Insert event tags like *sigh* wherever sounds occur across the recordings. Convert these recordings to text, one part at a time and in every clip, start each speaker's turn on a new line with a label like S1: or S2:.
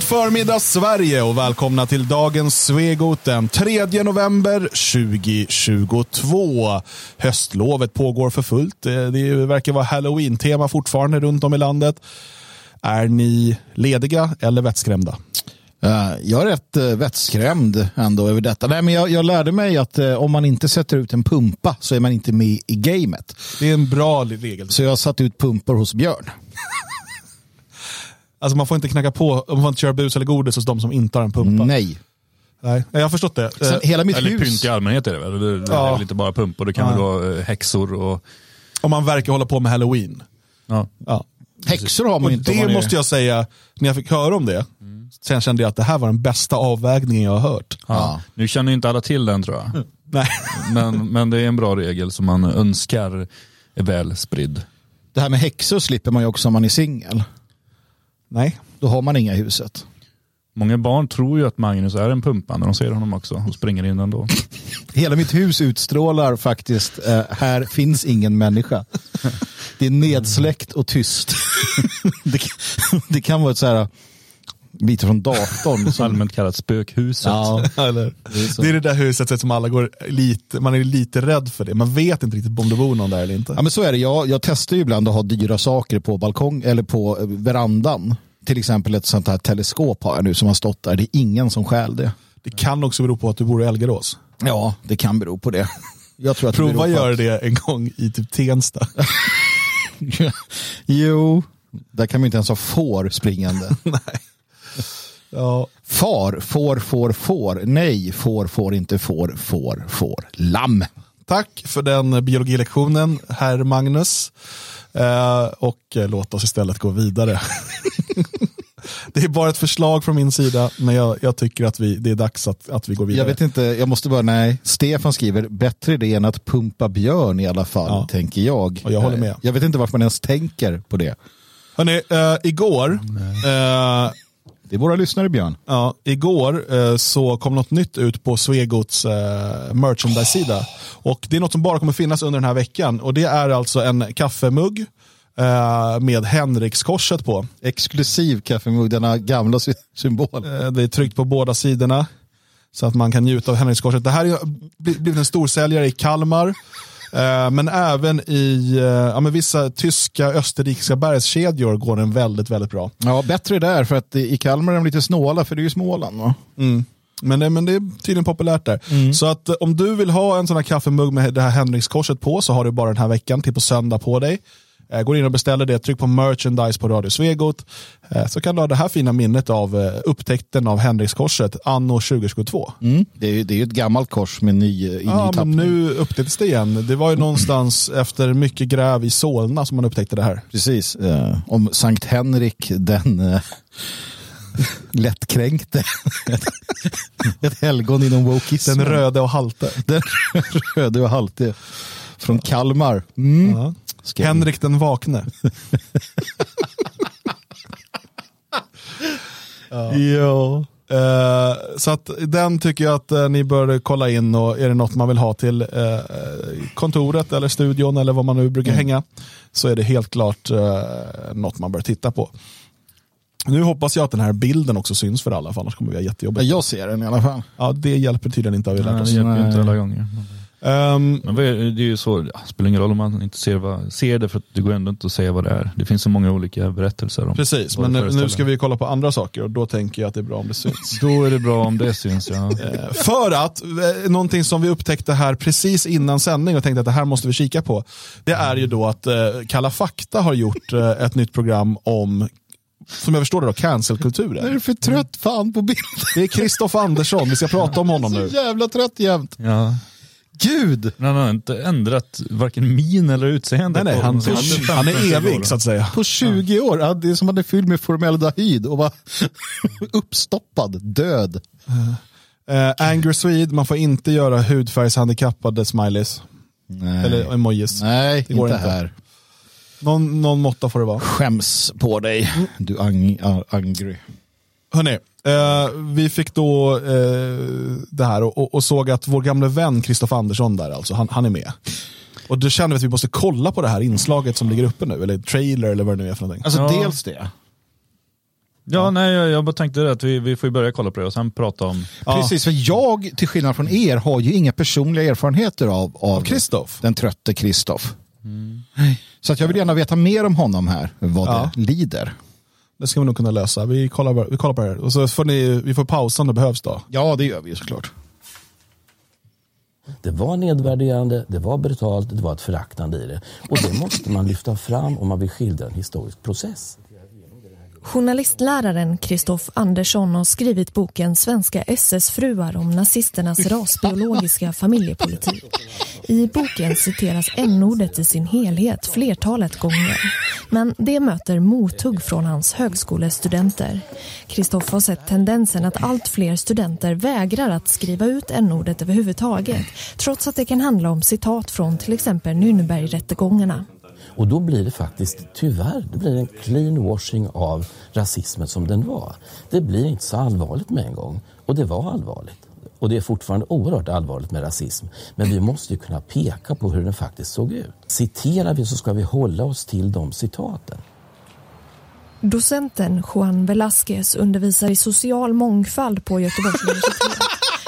S1: förmiddag Sverige och välkomna till dagens Svegot den 3 november 2022. Höstlovet pågår för fullt. Eh, Det verkar vara halloween-tema fortfarande runt om i landet. Är ni lediga eller vettskrämda?
S2: Eh, Jag är rätt eh, vettskrämd ändå över detta. Nej, men jag, jag lärde mig att eh, om man inte sätter ut en pumpa så är man inte med i gamet.
S1: Det är en bra regel.
S2: Så jag har satt ut pumpor hos Björn.
S1: Alltså man får inte knacka på, man får inte köra bus eller godis hos de som inte har en pumpa.
S2: Nej.
S1: Mm. Nej, jag har förstått det. Eh,
S2: Sen, hela mitt
S3: Eller
S2: hus.
S3: pynt i allmänhet är det väl? Det, det
S1: Ja.
S3: är väl inte bara pumpor, det kan väl vara eh, häxor och...
S1: Om man verkar hålla på med halloween.
S3: Ja.
S1: Ja.
S2: Häxor har man
S1: Och
S2: ju inte. om man
S1: det
S2: är-
S1: måste jag säga, när jag fick höra om det, sen kände jag att det här var den bästa avvägningen jag har hört.
S2: Ja.
S3: Nu känner ju inte alla till den tror jag.
S1: Nej.
S3: Men, men det är en bra regel som man önskar är väl spridd.
S2: Det här med häxor slipper man ju också om man är singel.
S1: *laughs* Nej.
S2: Då har man inga i huset.
S3: Många barn tror ju att Magnus är en pumpa när de ser honom också och springer in ändå.
S2: Hela mitt hus utstrålar faktiskt, eh, här finns ingen människa. Det är nedsläckt och tyst. *laughs* det, kan- det kan vara ett så här, bit från datorn. Som,
S3: Allmänt kallat spökhuset.
S2: ja,
S1: Eller?
S2: det är så.
S1: Det är det där huset som alla går lite, man är lite rädd för det. Man vet inte riktigt om det bor någon där eller
S2: Ja,
S1: inte.
S2: men så är det. Jag, jag testar ju ibland att ha dyra saker på balkong eller på eh, verandan. Till exempel ett sånt här teleskop har jag nu som har stått där. Det är ingen som stjäl det.
S1: Det kan också bero på att du bor i Elgarås.
S2: Ja, det kan bero på det. *laughs* Jag tror att det
S1: Prova
S2: beror på
S1: göra det en gång i typ Tensta.
S2: att- *laughs* jo, där kan man ju inte ens ha får
S1: *laughs*
S2: springande.
S1: *laughs* Ja.
S2: Far, får, får, får. Nej, får, får, inte får, får, får. Lamm.
S1: Tack för den biologilektionen, herr Magnus. Eh, och eh, låt oss istället gå vidare. *laughs* det är bara ett förslag från min sida, men jag, jag tycker att vi, det är dags att, att vi går vidare.
S2: Jag vet inte, jag måste bara, nej. Stefan skriver, bättre det än att pumpa björn i alla fall,
S1: Ja.
S2: tänker jag. Eh,
S1: Och jag håller med.
S2: Jag vet inte varför man ens tänker på det.
S1: Hörrni, eh, igår, eh,
S2: Det är våra lyssnare, Björn.
S1: ja, igår eh, så kom något nytt ut på Svegots eh, merchandise-sida. Och det är något som bara kommer finnas under den här veckan. Och det är alltså en kaffemugg eh, med Henrikskorset på.
S2: Exklusiv kaffemugg, denna gamla sy- symbol.
S1: Eh, Det är tryckt på båda sidorna så att man kan njuta av Henrikskorset. Det här har blivit en storsäljare i Kalmar, eh, men även i eh, ja, men vissa tyska, österrikiska bergskedjor går den väldigt, väldigt bra.
S2: Ja, bättre där, för att i Kalmar är de lite snåla, för det är ju Småland. Va?
S1: Men det, men det är tydligen populärt där.
S2: Mm.
S1: Så att eh, om du vill ha en sån här kaffemugg med det här Henrikskorset på så har du bara den här veckan till på söndag på dig. Eh, Går in och beställer det, tryck på merchandise på Radio Svegot. eh, Så kan du ha det här fina minnet av eh, upptäckten av Henrikskorset anno 2022.
S2: Det, är ju, det är ju ett gammalt kors med ny, Mm, eh, i ny
S1: Ja, men
S2: tappning.
S1: nu upptäcktes det igen. Det var ju någonstans efter mycket gräv i Solna som man upptäckte det här.
S2: Precis, eh, om Sankt Henrik den eh, *laughs* lättkränkte. *laughs* ett, ett helgon inom wokeismen.
S1: Den röde och halte.
S2: Den röde och halte från Kalmar. Mm.
S1: Ja.
S2: Ska vi-
S1: Henrik den vakne.
S2: Ja.
S1: Eh, så att den tycker jag att eh, ni bör kolla in och är det något man vill ha till eh, kontoret eller studion eller vad man nu
S2: Mm.
S1: brukar hänga så är det helt klart eh, något man bör titta på. Nu hoppas jag att den här bilden också syns för alla för annars kommer vi ha
S2: Ja,
S1: jättejobbigt.
S2: Jag ser den i alla fall.
S1: Ja, det hjälper tydligen inte har vi lärt
S3: det
S1: oss.
S3: hjälper ju inte
S2: Nej.
S3: alla gånger.
S1: Ehm,
S3: Men det är det är ju så, det spelar ingen roll om man inte ser, vad, ser det för att det går ändå inte att säga vad det är. Det finns så många olika berättelser om
S1: Precis,
S3: vad
S1: men
S3: det
S1: nu- nu
S3: föreställer.
S1: ska vi kolla på andra saker och då tänker jag att det är bra om det syns.
S3: Då är det bra om det syns ja.
S1: Eh, För att, eh, någonting som vi upptäckte här precis innan sändning och tänkte att det här måste vi kika på, det är ju då att eh, Kalla fakta har gjort eh, ett nytt program om, som jag förstår det då,
S2: Jag
S1: cancelkulturen.
S2: är för trött fan på bilden.
S1: Det är Kristoff Andersson, vi ska prata om honom
S2: Så
S1: nu.
S2: jävla trött jämt.
S3: ja.
S2: Gud!
S3: Men han har inte ändrat varken min eller utseende.
S1: Nej, nej,
S3: på
S1: han,
S3: honom sedan
S1: han,
S3: 15
S1: han är
S3: år.
S1: evig så att säga.
S2: På 20 år, ja, det är som att han är fylld med formaldehyd och var *laughs* uppstoppad, död.
S1: Eh, Angry Swede, man får inte göra hudfärgshandikappade smileys.
S2: Nej,
S1: Eller emojis.
S2: Nej
S1: det går
S2: inte
S1: inte.
S2: här.
S1: Någon, någon måtta får det vara.
S2: Skäms på dig, du ang a- angry.
S1: Hörrni, eh, vi fick då eh, det här och, och, och såg att vår gamle vän Kristoffer Andersson där, alltså, han, han är med. Och då kände vi att vi måste Alltså, kolla på det här inslaget som ligger uppe nu, eller trailer eller vad det nu är för någonting.
S2: Alltså
S3: Ja.
S2: dels det.
S3: Ja, nej, jag, jag bara tänkte det att vi, vi får ju börja kolla på det och sen prata om...
S2: Precis, för jag, till skillnad från er, har ju inga personliga erfarenheter av, av
S1: Kristoff?
S2: den trötte Kristoff. Så att jag vill gärna veta mer om honom här, vad
S1: Ja.
S2: det lider.
S1: Det ska vi nog kunna lösa. Vi kollar, bara- vi kollar på det här. Och så får ni, vi får pausa om det behövs då.
S2: Ja, det gör vi ju såklart.
S4: Det var nedvärderande, det var brutalt, det var ett föraktande i det. Och det måste man lyfta fram om man vill skildra en historisk process.
S5: Journalistläraren Kristoff Andersson har skrivit boken Svenska SS-fruar om nazisternas rasbiologiska familjepolitik. I boken citeras n-ordet i sin helhet flertalet gånger. Men det möter mothugg från hans högskolestudenter. Kristoff har sett tendensen att allt fler studenter vägrar att skriva ut n-ordet överhuvudtaget trots att det kan handla om citat från till exempel Nürnbergrättegångarna.
S4: Och då blir det faktiskt, tyvärr, det blir en clean washing av rasismen som den var. Det blir inte så allvarligt med en gång. Och det var allvarligt. Och det är fortfarande oerhört allvarligt med rasism. Men vi måste ju kunna peka på hur den faktiskt såg ut. Citerar vi så ska vi hålla oss till de citaten.
S5: Docenten Juan Velasquez undervisar i social mångfald på Göteborgs universitet.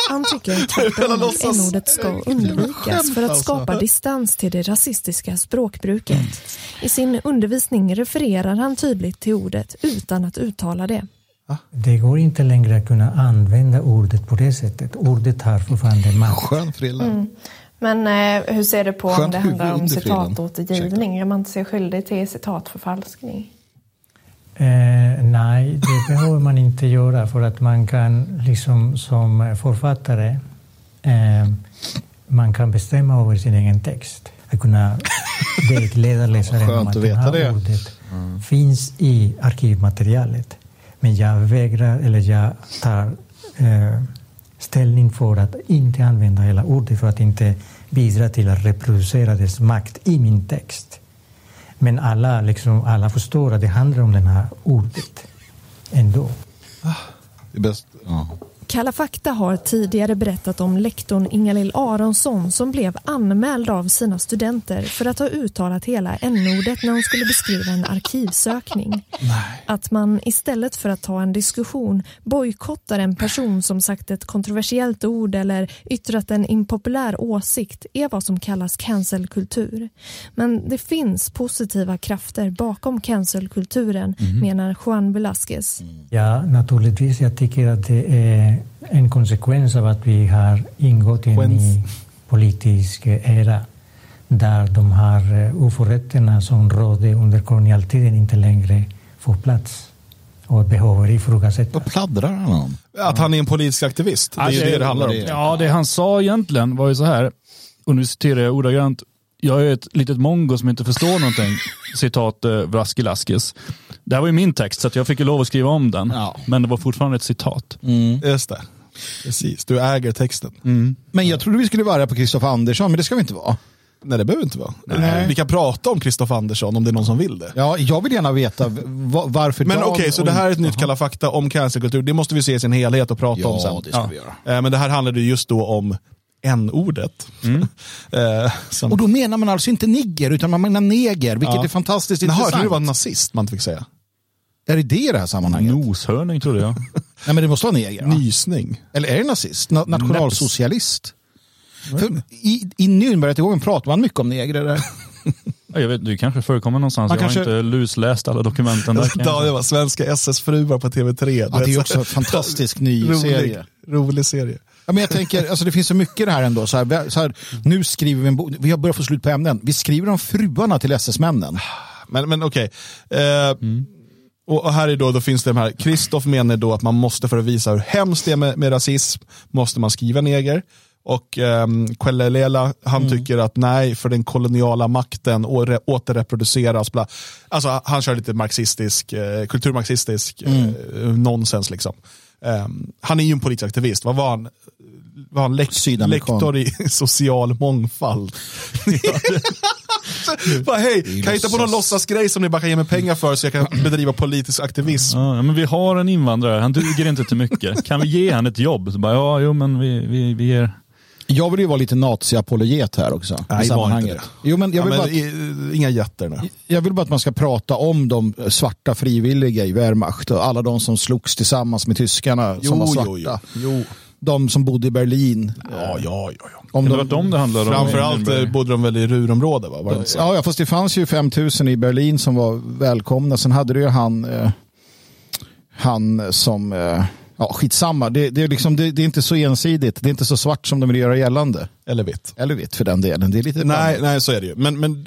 S5: Han tycker
S2: *laughs*
S5: tvärtom att n-ordet ska undvikas för att
S2: alltså.
S5: skapa distans till det rasistiska språkbruket.
S2: Mm.
S5: I sin undervisning refererar han tydligt till ordet utan att uttala det.
S6: Det går inte längre att kunna använda ordet på det sättet. Ordet har fortfarande makt.
S2: Skön frilla.
S7: Men eh, hur ser du på om
S2: Skönt
S7: det handlar
S2: huvud,
S7: om
S2: inte frillan.
S7: citatåtergivning? Gör man inte sig skyldig till citatförfalskning?
S6: Eh, nej, det behöver man inte göra för att man kan liksom som författare eh, man kan bestämma över sin egen text. Att kunna vägleda läsaren
S2: Skönt
S6: om
S2: att
S6: att det
S2: veta
S6: här
S2: det.
S6: ordet finns i arkivmaterialet. Men jag vägrar, eller jag tar eh, ställning för att inte använda hela ordet för att inte bidra till att reproducera dess makt i min text. Men alla, liksom, alla förstår att det handlar om det här ordet ändå.
S2: Det är bäst. Ja.
S5: Kalla fakta har tidigare berättat om lektorn Ingalill Aronsson som blev anmäld av sina studenter för att ha uttalat hela n-ordet när hon skulle beskriva en arkivsökning. Att man istället för att ta en diskussion bojkottar en person som sagt ett kontroversiellt ord eller yttrat en impopulär åsikt är vad som kallas cancelkultur. Men det finns positiva krafter bakom cancelkulturen menar Juan Velasquez.
S6: Ja, naturligtvis. Jag tycker att det är en konsekvens av att vi har ingått i en ny politisk eh, era där de här eh, oförrätterna som rådde under kolonialtiden inte längre får plats och behöver ifrågasättas.
S2: Vad pladdrar han om?
S1: Att han är en politisk aktivist. Det är ju det Mm. Alltså, det handlar om.
S3: Ja, det han sa egentligen var ju så här, och nu citerar jag ordagrant, jag är ett litet mongo som inte förstår någonting, *laughs* citat eh, Vraskelaskis. Det här var ju min text så att jag fick ju lov att skriva om den,
S2: Ja.
S3: men det var fortfarande ett citat.
S1: Mm. Just det. Precis, du äger texten.
S2: Men jag trodde vi skulle vara på Kristoffer Andersson, men det ska vi inte vara.
S1: Nej, det behöver inte vara. Vi kan prata om Kristoff Andersson om det är någon som vill det.
S2: Ja, jag vill gärna veta v- va- varför
S1: Men
S2: Dan
S1: okej, så
S2: och
S1: det här är ett
S2: inte
S1: nytt
S2: han.
S1: Kalla fakta om cancerkultur. Det måste vi se i sin helhet och prata
S2: Ja,
S1: om sen.
S2: det ska vi göra.
S1: Eh, Men det här handlade ju just då om n-ordet.
S2: Mm.
S1: *laughs* Eh, som-
S2: Och då menar man alltså inte nigger, utan man menar neger, vilket
S1: Ja.
S2: är fantastiskt
S1: Jaha, jag
S2: intressant.
S1: trodde det var nazist man inte fick säga.
S2: Är det det i det här sammanhanget?
S1: Mm.
S3: Noshörning
S1: *laughs*
S3: trodde jag.
S2: Nej, men det måste vara neger. va?
S1: Nysning.
S2: Eller är det nazist? Na nationalsocialist? För I i Nürnbergrättegången pratar man mycket om
S1: *laughs*
S2: negrer. där.
S3: Ja, Jag vet, det kanske förekommer någonstans.
S1: Man
S3: jag
S1: kanske-
S3: har inte lusläst alla dokumenten där.
S1: *laughs*
S3: kan jag
S1: Ja, det
S3: säga.
S1: var svenska SS-fruar på TV3.
S2: Ja, det är ju
S1: så-
S2: också en fantastisk ny
S1: *laughs* rolig,
S2: serie.
S1: Rolig serie.
S2: Ja, men jag tänker, alltså det finns så mycket i det här ändå. Så här, vi- så här, nu skriver vi en bok, vi har börjat få slut på ämnen. Vi skriver om fruarna till SS-männen.
S1: Men, men okej. Eh, och, och här är då, då finns det de här, Kristoff menar då att man måste för att visa hur hemskt det är med, med rasism, måste man skriva neger. Och ehm, Kwelelela, han tycker att nej, för den koloniala makten å- re- återreproduceras. Bla. Alltså han kör lite marxistisk, eh, kulturmarxistisk eh, nonsens liksom. Ehm, han är ju en politisk aktivist, vad var han? Var han lek-
S2: Sydamerikan.
S1: lektor i *laughs* social mångfald? Bara hej, kan jag hitta på någon låtsasgrej som ni bara kan ge mig pengar för så jag kan *clears throat* bedriva politisk aktivism?
S3: Ja, men vi har en invandrare, han duger inte till mycket. Kan vi ge han ett jobb? Så bara, ja, jo, men vi, vi, vi ger
S2: Jag vill ju vara lite naziapologet här också. i
S1: Nej, var inte
S2: sammanhanget.
S1: det.
S2: Jo, men jag
S1: Ja,
S2: vill
S1: men,
S2: bara att-
S1: i- Inga jätter nu.
S2: Jag vill bara att man ska prata om de eh, svarta frivilliga i Wehrmacht och alla de som slogs tillsammans med tyskarna som var svarta.
S1: jo, jo. jo.
S2: De som bodde i Berlin.
S1: Ja, ja, ja. ja.
S2: Om
S3: Det
S2: de-
S3: var de det handlade om.
S1: Framförallt eh, bodde de väl i rurområde va? Var det inte så?
S2: Ja, ja, fast det fanns ju 5000 i Berlin som var välkomna. Sen hade du ju han, eh, han som, eh, ja skitsamma. Det, det, är liksom, det, det är inte så ensidigt. Det är inte så svart som de vill göra gällande.
S1: Eller vitt.
S2: Eller vitt för den delen. Det är lite
S1: Nej, nej, så är det ju. Men, men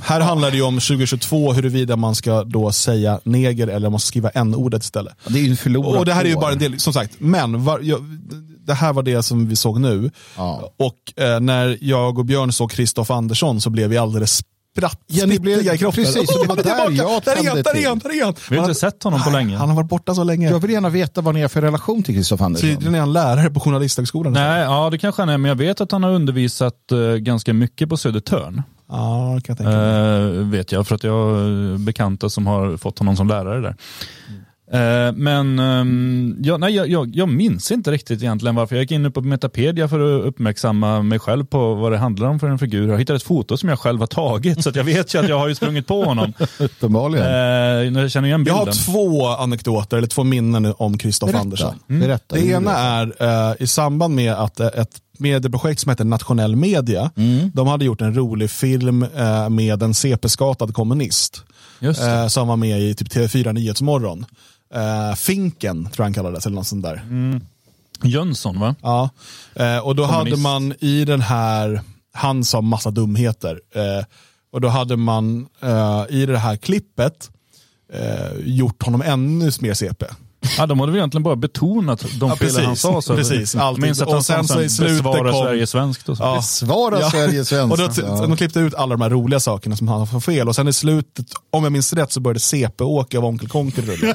S1: här handlar det ju om 2022 huruvida man ska då säga neger eller om man ska skriva n-ordet istället.
S2: Det är ju en förlorad
S1: Och det här är ju
S2: år.
S1: bara en del, som sagt. Men var, jag, det här var det som vi såg nu.
S2: Ja.
S1: Och eh, när jag och Björn såg Kristoff Andersson så blev vi alldeles spratt,
S2: Ja, ni blev-
S1: spittiga i kroppen.
S2: precis, och det var
S1: han är
S2: där
S1: tillbaka.
S2: jag
S1: där är han,
S2: tände
S1: där är han,
S2: till.
S1: där är han.
S3: Vi har inte sett honom på
S1: Nej,
S3: länge.
S1: Han har varit borta så länge.
S2: Jag vill gärna veta vad ni har för relation till Kristoffer Andersson.
S1: Tydligen är han lärare på Journalisthögskolan.
S3: Nej, ja det kanske han är, men jag vet att han har undervisat eh, ganska mycket på Södertörn.
S1: Ja, kan jag tänka mig.
S3: Eh, vet jag, för att jag har eh, bekanta som har fått honom som lärare där. Eh, men ehm, ja, nej, jag, jag, jag minns inte riktigt egentligen varför. Jag gick in på Metapedia för att uppmärksamma mig själv på vad det handlar om för en figur. Jag hittade ett foto som jag själv har tagit, så att jag vet ju att jag har ju sprungit på honom.
S2: Uppenbarligen.
S3: Eh, jag känner igen
S1: Jag
S3: bilden.
S1: har två anekdoter, eller två minnen om Kristoff
S2: Berätta.
S1: Andersson.
S2: Mm.
S1: Mm.
S2: Berätta.
S1: Det ena är eh, i samband med att eh, ett medieprojekt som heter Nationell Media, de hade gjort en rolig film eh, med en CP-skadad kommunist
S3: Just det.
S1: eh, som var med i typ TV4 Nyhetsmorgon. Eh, Finken tror jag han kallades, eller något sånt där.
S3: Jönsson va?
S1: Ja. Eh, och då hade
S3: Kommunist.
S1: man i den här, han sa massa dumheter, eh, och då hade man eh, i det här klippet eh, gjort honom ännu mer CP.
S3: Ja, de hade väl egentligen bara betonat de
S1: Ja,
S3: fel
S1: precis.
S3: han sa. Så
S1: Precis,
S3: jag
S1: allting.
S3: minns att
S1: Och
S3: han
S1: sen
S3: sa
S1: så i
S3: sen
S1: slutet
S3: besvara
S1: kom-
S3: Sverige svenskt och så.
S1: Ja.
S2: Svara Sverige
S1: *laughs* Och då,
S2: svenskt.
S1: t-
S2: Ja.
S1: De klippte ut alla de här roliga sakerna som han har fått fel och sen i slutet, om jag minns rätt, så började CP-Åke av Onkel Konkel rulla.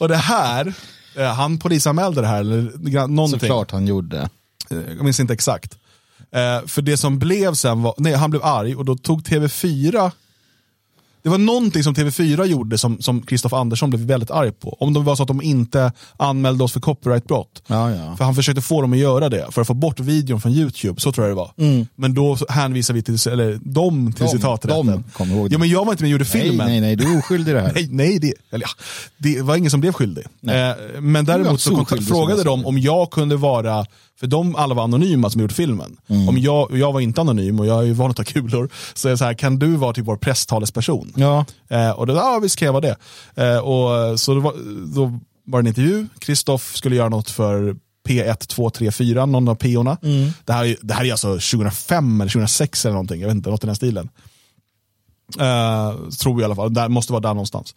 S1: och det här, eh, han polisanmälde det här, eller gra- någonting.
S2: Såklart han gjorde.
S1: Eh, Jag minns inte exakt. Eh, för det som blev sen var, nej han blev arg och då tog TV4, det var någonting som TV4 gjorde som, som Kristoff Andersson blev väldigt arg på. Om det var så att de inte anmälde oss för copyrightbrott.
S2: Ja, ja.
S1: För han försökte få dem att göra det, för att få bort videon från YouTube, så tror jag det var. Men då hänvisar vi till, eller de till
S2: Mm. De,
S1: citaträtten.
S2: de, kom ihåg det.
S1: ja, men jag var inte med och gjorde filmen.
S2: Nej, nej, nej, du är oskyldig
S1: *laughs*
S2: i det här.
S1: Nej, nej det, eller ja, det var ingen som blev skyldig. Eh, men
S2: Du var
S1: däremot så
S2: så
S1: kontakt-
S2: skyldig,
S1: frågade
S2: som jag
S1: de om jag kunde vara, för de alla var anonyma som gjort filmen.
S2: Mm.
S1: Om jag, och jag var inte anonym och jag är ju van att ta kulor, så är det så här, kan du vara typ vår presstalesperson?
S2: Ja.
S1: Eh, och då, ja visst kan jag vara det. Eh, och, så då var, då var det en intervju, Kristoff skulle göra något för P1, 2, 3, 4, någon av P-orna. Det, här, är- det här är alltså 2005 eller 2006 eller någonting, jag vet inte, något i den här stilen. Eh, tror jag i alla fall, där, måste vara där någonstans.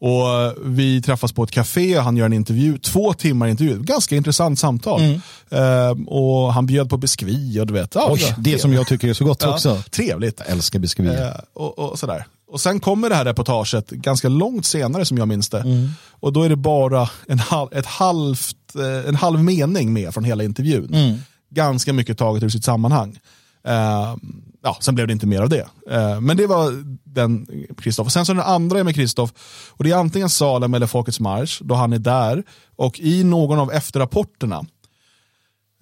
S1: Och eh, vi träffas på ett café, han gör en intervju, två timmar intervju, ganska intressant samtal. Eh, och han bjöd på biskvi och du vet. Ja,
S2: Oj, det som jag tycker är så gott också.
S1: Trevligt.
S2: Jag älskar biskvier.
S1: Eh, och, och sådär. Och sen kommer det här reportaget ganska långt senare som jag minns det. Och då är det bara en, halv, ett halvt, eh, en halv mening med från hela intervjun. Ganska mycket taget ur sitt sammanhang. Eh, ja, sen blev det inte mer av det. Eh, men det var den Kristoff. Sen så den andra är med Kristoff. Och det är antingen Salem eller Folkets Marsch då han är där. Och i någon av efterrapporterna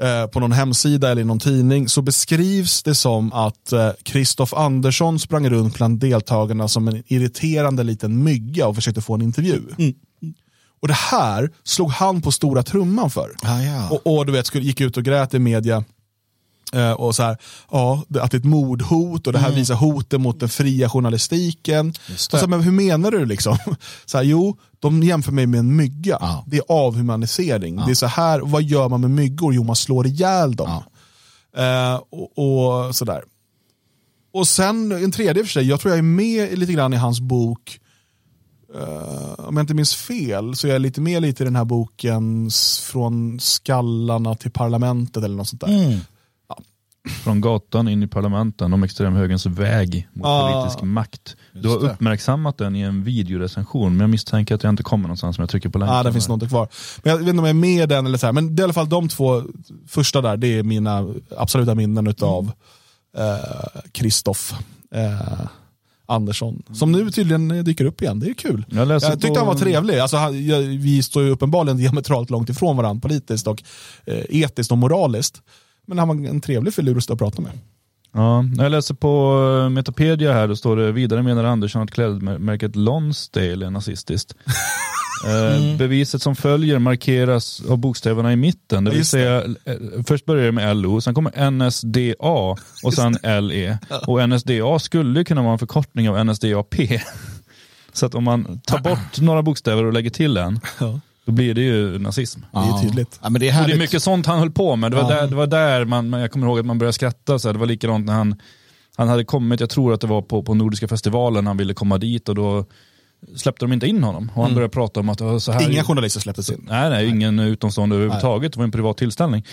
S1: eh, på någon hemsida eller i någon tidning så beskrivs det som att Kristoff Andersson sprang runt bland deltagarna som en irriterande liten mygga och försökte få en intervju. Och det här slog han på stora trumman för.
S2: Ah, ja.
S1: Och, och du vet, skulle, gick ut och grät i media. Eh, och så här, ja, det, att det är ett mordhot och det här visar hoten mot den fria journalistiken. Och så här, men hur menar du liksom? *laughs* Så här, jo, de jämför mig med en mygga.
S2: Ja.
S1: Det är avhumanisering. Det är så här, och vad gör man med myggor? Jo, man slår ihjäl dem. Eh, och, och sådär. Och sen en tredje för sig, jag tror jag är med lite grann i hans bok, eh, om jag inte minns fel, så jag är lite med lite i den här boken s- från skallarna till parlamentet eller något sånt där.
S3: Från gatan in i parlamenten om extremhögerns väg mot
S1: Ah.
S3: politisk makt. Du har uppmärksammat den i en videorecension, men jag misstänker att jag inte kommer någonstans om jag trycker på länken.
S1: Ja, det finns
S3: här.
S1: något kvar. Men jag vet inte om jag är med i den eller så här. Men det är i alla fall de två första där, det är mina absoluta minnen utav Kristoff. Eh, Kristoff. eh, Andersson. Som nu tydligen dyker upp igen, det är kul.
S3: Jag läser
S1: tyckte
S3: på-
S1: han var trevlig. Alltså, han, jag, vi står ju uppenbarligen *laughs* diametralt långt ifrån varandra politiskt och eh, etiskt och moraliskt. Men han var en trevlig filur att stå och prata med.
S3: Ja, när jag läser på eh, Metapedia här, då står det vidare menar Andersson att klädmärket Lonsdale
S1: *laughs*
S3: är nazistiskt. Eh,
S1: Mm.
S3: Beviset som följer markeras av bokstäverna i mitten. Det vill
S1: Just det.
S3: säga, eh, först börjar det med LO, sen kommer NSDA och sen LE. Och NSDA skulle kunna vara en förkortning av NSDAP. *laughs* Så att om man
S1: *clears throat*
S3: tar bort några bokstäver och lägger till en,
S1: Ja.
S3: då blir det ju nazism.
S1: Det är tydligt.
S2: Ja, men det är
S3: Och Alltså, det
S2: härligt.
S3: är mycket sånt han höll på med. Det var där, det var där man, man- jag kommer ihåg att man började skratta. Så här. Det var likadant när han, han hade kommit, jag tror att det var på, på Nordiska festivalen, han ville komma dit och då släppte de inte in honom. Och han
S2: Mm.
S3: började prata om att "Åh, så här...
S1: Inga journalister släpptes in.
S3: Nej, nej, ingen utomstående överhuvudtaget. Det var en privat tillställning.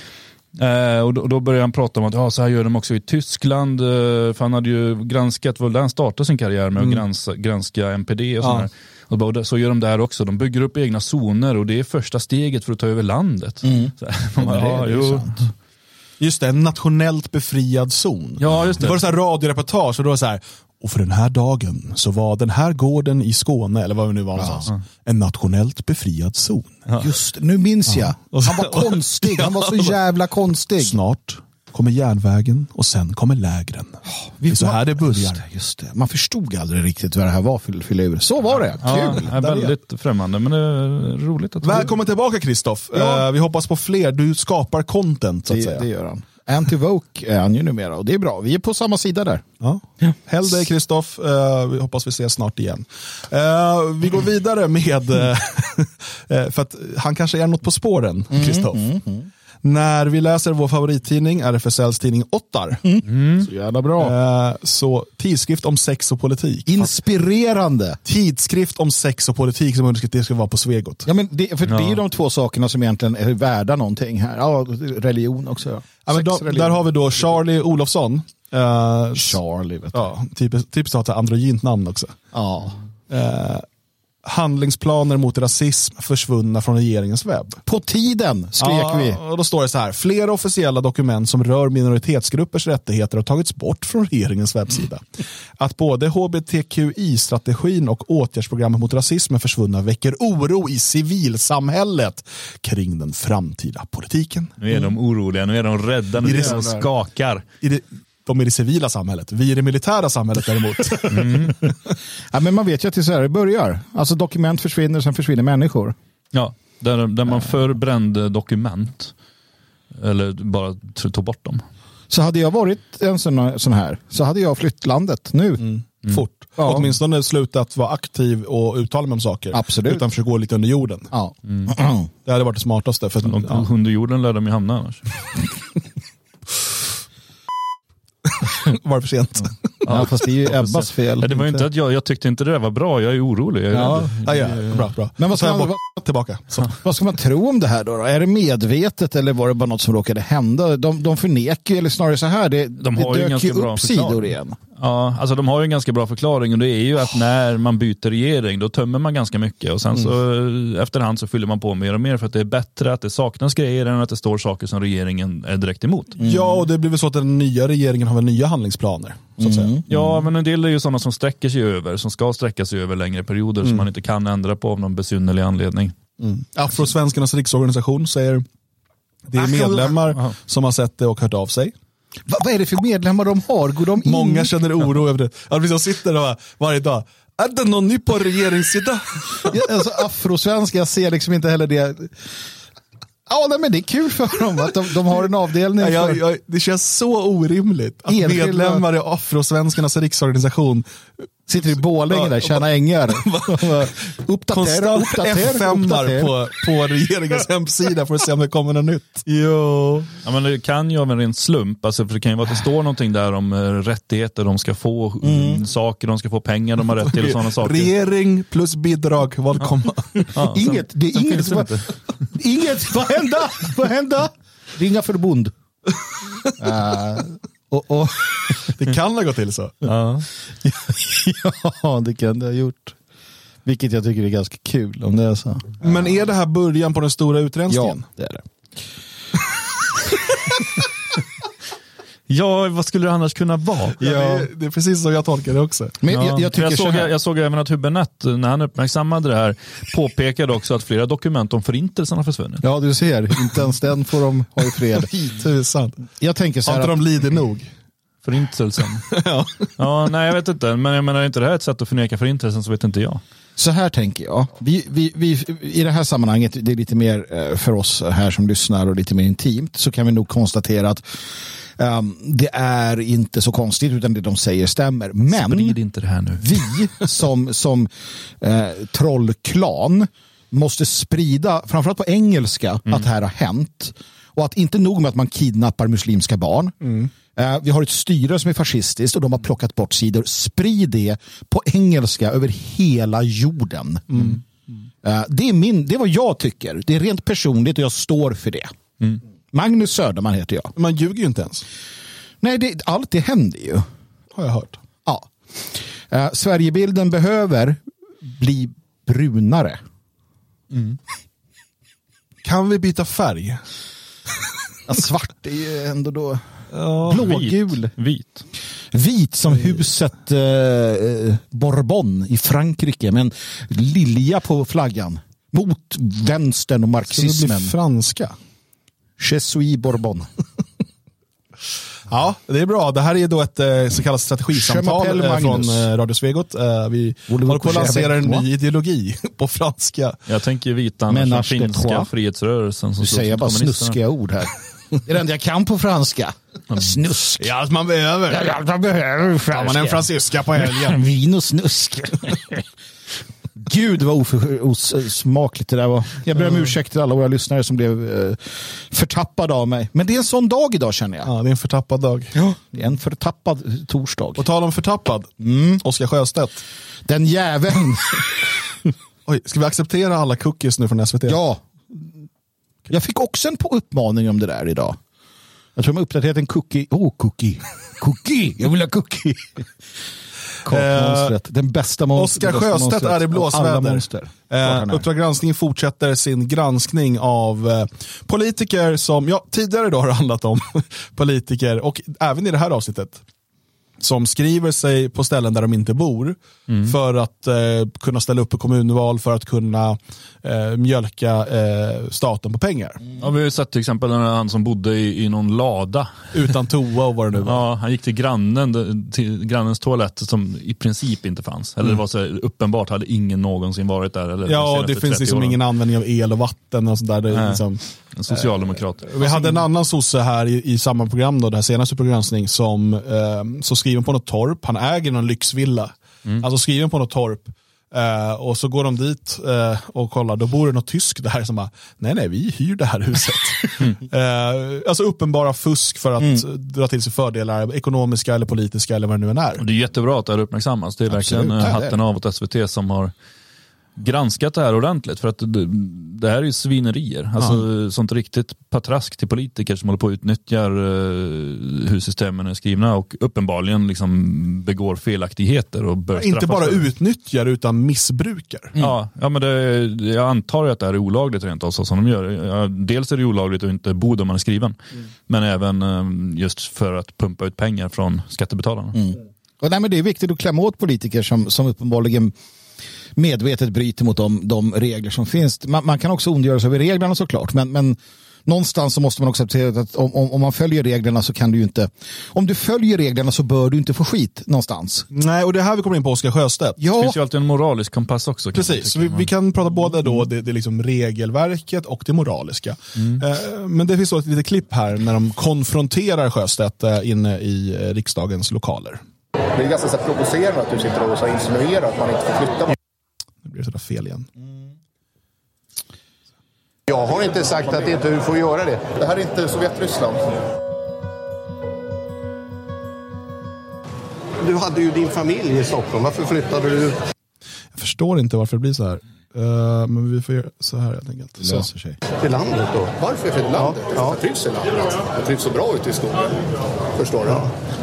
S3: Eh, och, då, och då började han prata om att ja, så här gör de också i Tyskland. Eh, för han hade ju granskat, var där han startade sin karriär med att granska, granska NPD och sådär. Och bara, och det- så gör de där också. De bygger upp egna zoner och det är första steget för att ta över landet. *laughs* Så här, man bara, Mm. ja, jo.
S1: Just det, en nationellt befriad zon.
S3: ja, just
S1: Det var
S3: det.
S1: så här radioreportage och då var det så här, och för den här dagen så var den här gården i Skåne, eller vad det nu var någonstans, en nationellt befriad zon.
S2: Just det, nu minns jag.
S1: Och så-
S2: Han var konstig. Han
S1: *laughs*
S2: var så jävla konstig.
S1: Snart kommer järnvägen och sen kommer lägren. Det är så här det
S2: Just
S1: börjar.
S2: det, just det. Man förstod aldrig riktigt vad det här var för filur. Så var det.
S3: Ja,
S2: Kul.
S3: är väldigt främmande men det är roligt att
S1: Välkommen tillbaka Kristoff.
S2: Ja.
S1: Eh, vi hoppas på fler. Du skapar content så att
S2: Det,
S1: säga.
S2: det gör han. Anti-Voke är han ju numera och det är bra. Vi är på samma sida där.
S1: Ja. Häll dig Kristoff, Eh, vi hoppas vi ses snart igen. Eh, vi går vidare med, eh, *laughs* eh, för att han kanske är något på spåren,
S2: Mm,
S1: Kristoff. När vi läser vår favorittidning, RFSLs tidning Ottar,
S2: Mm. Så jävla bra.
S1: eh, så tidskrift om sex och politik.
S2: Inspirerande.
S1: tidskrift om sex och politik som underskrift, det ska vara på Svegot.
S2: Ja, men det, för det är ju de två sakerna som egentligen är värda någonting här. Ja, religion också. Ja.
S1: Ja, men
S2: Sex,
S1: då,
S2: religion.
S1: där har vi då Charlie Olofsson. Eh,
S2: Charlie. Vet du.
S1: ja, typiskt typiskt att ha ett androgynt namn också.
S2: Ja.
S1: Eh, handlingsplaner mot rasism försvunna från regeringens webb.
S2: På tiden skrek
S1: Ja,
S2: vi.
S1: Och då står det så här, flera officiella dokument som rör minoritetsgruppers rättigheter har tagits bort från regeringens webbsida. Att både hbtqi-strategin och åtgärdsprogrammet mot rasism är försvunna väcker oro i civilsamhället kring den framtida politiken.
S3: Nu är de oroliga, nu är de rädda, nu
S1: Det är
S3: är
S1: så
S3: de
S1: där.
S3: skakar.
S1: I det, de i det civila samhället, vi i det militära samhället däremot.
S2: Ja, men man vet ju att det är så här det börjar. Alltså dokument försvinner, sen försvinner människor.
S3: Ja, där, där man förr brände dokument. Eller bara t- tog bort dem.
S2: Så hade jag varit en sån, sån här så hade jag flytt landet nu.
S1: Fort.
S2: Mm. Ja.
S1: Åtminstone slutat vara aktiv och uttala mig om saker.
S2: Absolut.
S1: Utan försöka gå lite under jorden.
S2: Ja.
S1: Det hade varit det smartaste. För,
S3: De,
S1: ja.
S3: Under jorden lär de ju hamna annars.
S1: *laughs* var det för sent?
S2: ja, fast det är ju Ebbas fel.
S3: Ja, det var ju inte att jag, jag tyckte inte det där var bra, jag är orolig. Jag är
S2: Ja. Mm.
S3: rädd.
S1: Ja, ja. Bra, bra.
S2: Men vad
S1: Så tar jag
S2: fan,
S1: bort- Tillbaka. Så.
S2: Vad ska man tro om det här då? då? Är det medvetet eller var det bara något som råkade hända? De, de förnekar ju, eller snarare så här, det,
S3: De har ju
S2: det dök
S3: ganska
S2: ju
S3: bra
S2: upp
S3: förklaring.
S2: sidor igen.
S3: Ja, alltså de har ju en ganska bra förklaring och det är ju att när man byter regering då tömmer man ganska mycket och sen så eh, efterhand så fyller man på mer och mer för att det är bättre att det saknas grejer än att det står saker som regeringen är direkt emot.
S1: Ja, och det blir väl så att den nya regeringen har väl nya handlingsplaner. Så att
S2: Mm.
S1: säga.
S3: Ja, men en del är ju sådana som sträcker sig över, som ska sträcka sig över längre perioder som man inte kan ändra på av någon besynnerlig anledning.
S1: Afrosvenskarnas riksorganisation säger det är medlemmar som har sett det och hört av sig.
S2: Va, vad är det för medlemmar de har? Går de in?
S1: Många känner oro över det. Ja, precis, Jag sitter där varje dag. Är det någon ny på regeringssidan?
S2: Ja, alltså, afrosvenska, jag ser liksom inte heller det. Ja, nej, men det är kul för dem att de, de har en avdelning.
S1: Ja,
S2: För...
S1: jag, jag, det känns så orimligt att
S2: Enskilda-
S1: medlemmar i Afrosvenskarnas riksorganisation
S2: Sitter i Borlänge där, tjänar
S3: *laughs*
S2: ängar. uppdatera,
S1: konstant
S2: uppdatera,
S1: F5
S2: uppdatera.
S1: på, på regeringens hemsida för att se om det kommer något nytt. Jo.
S3: Ja, men det kan ju av en ren slump, alltså, för det kan ju vara att det står någonting där om eh, rättigheter de ska få, mm. saker de ska få, pengar de har rätt till
S2: *laughs*
S3: och sådana saker.
S1: Regering plus bidrag, välkomna.
S3: Ja, sen-
S2: Inget, det är
S3: sen
S2: inget.
S3: finns det
S2: Vad,
S3: inte.
S2: inget, *laughs* vad hände? Vad hände? Ringa förbund.
S3: *laughs*
S2: Eh, och, och,
S1: Det kan ha gått till så.
S3: Ja.
S2: ja, det kan det ha gjort. Vilket jag tycker är ganska kul om det är så.
S1: Men är det här början på den stora utrensningen?
S2: det är det.
S3: Ja, vad skulle det annars kunna vara?
S1: Ja. Det, är, det är precis som jag tolkar det också.
S2: Men
S3: Ja,
S2: jag, jag
S3: för
S2: tycker
S3: jag,
S2: så
S3: såg,
S2: här.
S3: jag såg även att Hübinette, när han uppmärksammade det här, påpekade också att flera dokument om förintelsen har försvunnit.
S2: Ja, du ser. Inte ens den får de ha
S1: *laughs*
S2: i fred.
S1: Tusan.
S2: Jag tänker så
S1: Har
S2: här.
S1: inte
S2: att-
S1: de lidit nog?
S2: *laughs*
S3: Förintelsen. ja. nej, jag vet inte. Men jag menar, är inte det här ett sätt att förneka förintelsen så vet inte jag.
S2: Så här tänker jag. Vi, vi, vi, I det här sammanhanget, det är lite mer eh, för oss här som lyssnar och lite mer intimt, så kan vi nog konstatera att ehm, det är inte så konstigt utan det de säger stämmer. Men
S3: Sprid inte det här nu.
S2: vi som, som eh, trollklan måste sprida, framförallt på engelska,
S1: Mm.
S2: att det här har hänt. Och att inte nog med att man kidnappar muslimska barn.
S1: Mm.
S2: Eh, vi har ett styre som är fascistiskt och de har plockat bort sidor. Sprid det på engelska över hela jorden.
S1: Mm.
S2: Eh, det, är min, det är vad jag tycker. Det är rent personligt och jag står för det. Magnus Söderman heter jag.
S1: Mm. Man ljuger ju inte ens,
S2: Nej, det, allt det händer ju.
S1: har jag hört.
S2: Ja. Eh, Sverigebilden behöver bli brunare. Mm.
S1: Kan vi byta färg?
S2: Ja, svart är ju ändå då...
S3: Blågul. Vit. Vit.
S2: Vit som huset eh, eh, Bourbon i Frankrike med en lilja på flaggan. Mot vänstern och
S1: Ska vi bli
S2: marxismen.
S1: franska?
S2: Je suis Bourbon.
S1: *laughs* Ja, det är bra. Det här är då ett eh, så kallat
S2: Je
S1: strategisamtal
S2: m'appelle
S1: eh, från
S2: Magnus.
S1: eh, Radio Svegot. Eh, Vi
S2: Voulez-vous
S1: håller på att
S2: coucher
S1: lansera en
S2: avec moi?
S1: ny ideologi *laughs* på franska.
S3: Jag tänker vita
S2: Men
S3: annars, den
S2: Arsene
S3: finska
S2: Trois.
S3: frihetsrörelsen som
S2: Nu säger jag bara snuskiga ord här. Det är det enda jag kan på franska. Snusk.
S1: Ja, allt man behöver.
S2: Jag behöver
S1: Har man en fransyska på *laughs* helgen.
S2: Vin och snusk. *laughs* Gud vad ofö- os- osmakligt det där var. Jag ber om ursäkt till alla våra lyssnare som blev eh, förtappade av mig. Men det är en sån dag idag känner jag.
S1: Ja, det är en förtappad dag.
S2: Det är en förtappad torsdag. Mm.
S1: På tal om förtappad, Oskar Sjöstedt.
S2: Den jäveln.
S1: Oj, ska vi acceptera alla cookies nu från SVT?
S2: ja. Jag fick också en på- uppmaning om det där idag. Jag tror de har uppdaterat en cookie. Åh, oh, cookie. Cookie! Jag vill ha
S1: *laughs*
S2: cookie. Kakmonstret. Den bästa monstret.
S1: Oskar Sjöstedt är i
S2: Alla
S1: blåsväder.
S2: monster. Klart han
S1: Eh,
S2: är.
S1: Uppdrag granskning fortsätter sin granskning av eh, politiker som, ja, tidigare idag har det *laughs* handlat om politiker och även i det här avsnittet. Som skriver sig på ställen där de inte bor
S2: Mm.
S1: för att eh, kunna ställa upp i kommunval, för att kunna eh, mjölka eh, staten på pengar.
S2: Mm.
S3: Ja, vi har ju sett till exempel den här han som bodde i, i någon lada.
S1: Utan toa och vad det nu var.
S3: Ja, han gick till, grannen, till grannens toalett som i princip inte fanns. Eller det var så här, uppenbart hade ingen någonsin varit där. Eller de
S1: Mm. Ja, och
S3: senaste
S1: det finns
S3: 30
S1: liksom
S3: åren.
S1: ingen användning av el och vatten och sånt där. Det är
S3: Nej.
S1: liksom,
S3: En socialdemokrat.
S1: Eh, Vi hade en annan sosse här i, i samma program, då, det här senaste programgranskning, som eh, så skriven på något torp, han äger någon lyxvilla, alltså skriven på något torp, eh, och så går de dit eh, och kollar, då bor det något tysk där som bara, nej nej, vi hyr det här *laughs* huset. eh, alltså uppenbara fusk för att dra till sig fördelar, ekonomiska eller politiska eller vad Mm. det nu än är.
S3: Och det är jättebra att det här uppmärksammas. Det är verkligen eh,
S2: ja, det är
S3: hatten av åt SVT som har granskat det här ordentligt. För att det, det här är ju svinerier. Alltså sånt riktigt patrask till politiker som håller på och utnyttjar eh, hur systemen är skrivna och uppenbarligen liksom begår felaktigheter och bör
S1: Inte
S3: straffas
S1: bara
S3: för det.
S1: utnyttjar utan missbrukar.
S2: Mm.
S3: Ja, ja, men det, jag antar ju att det här är olagligt rent av så som de gör. Ja, Dels är det olagligt att inte bo där man är skriven.
S2: Mm.
S3: Men även eh, just för att pumpa ut pengar från skattebetalarna.
S2: Mm. Och nej, men det är viktigt att klämma åt politiker som, som uppenbarligen medvetet bryter mot de, de regler som finns. Man, man kan också ondgöra sig över reglerna såklart, men, men någonstans så måste man också acceptera att om, om, om man följer reglerna så kan du ju inte... Om du följer reglerna så bör du inte få skit någonstans.
S1: Nej, och det är här vi kommer in på Oscar Sjöstedt.
S3: Det
S2: Ja,
S3: finns ju alltid en moralisk kompass också. kan jag
S1: Precis,
S3: tycka.
S1: vi, vi kan prata både
S2: Mm.
S1: då det, det liksom regelverket och det moraliska. Eh, men det finns då ett litet klipp här när de konfronterar Sjöstedt eh, inne i eh, riksdagens lokaler.
S8: Det är ganska så här provocerande att du sitter och så här insinuerar att man inte får flytta på
S1: Nu blir det sådär fel igen.
S8: Jag har inte sagt att inte du får göra det. Det här är inte Sovjetryssland. Du hade ju din familj i Stockholm. Varför flyttade du?
S1: Jag förstår inte varför det blir så här. Eh, men vi får göra så här helt enkelt.
S2: Det
S1: Så.
S2: löser sig.
S8: Till landet då? Varför för landet? Jag trivs i landet. Jag trivs så bra ute i skogen. Förstår du?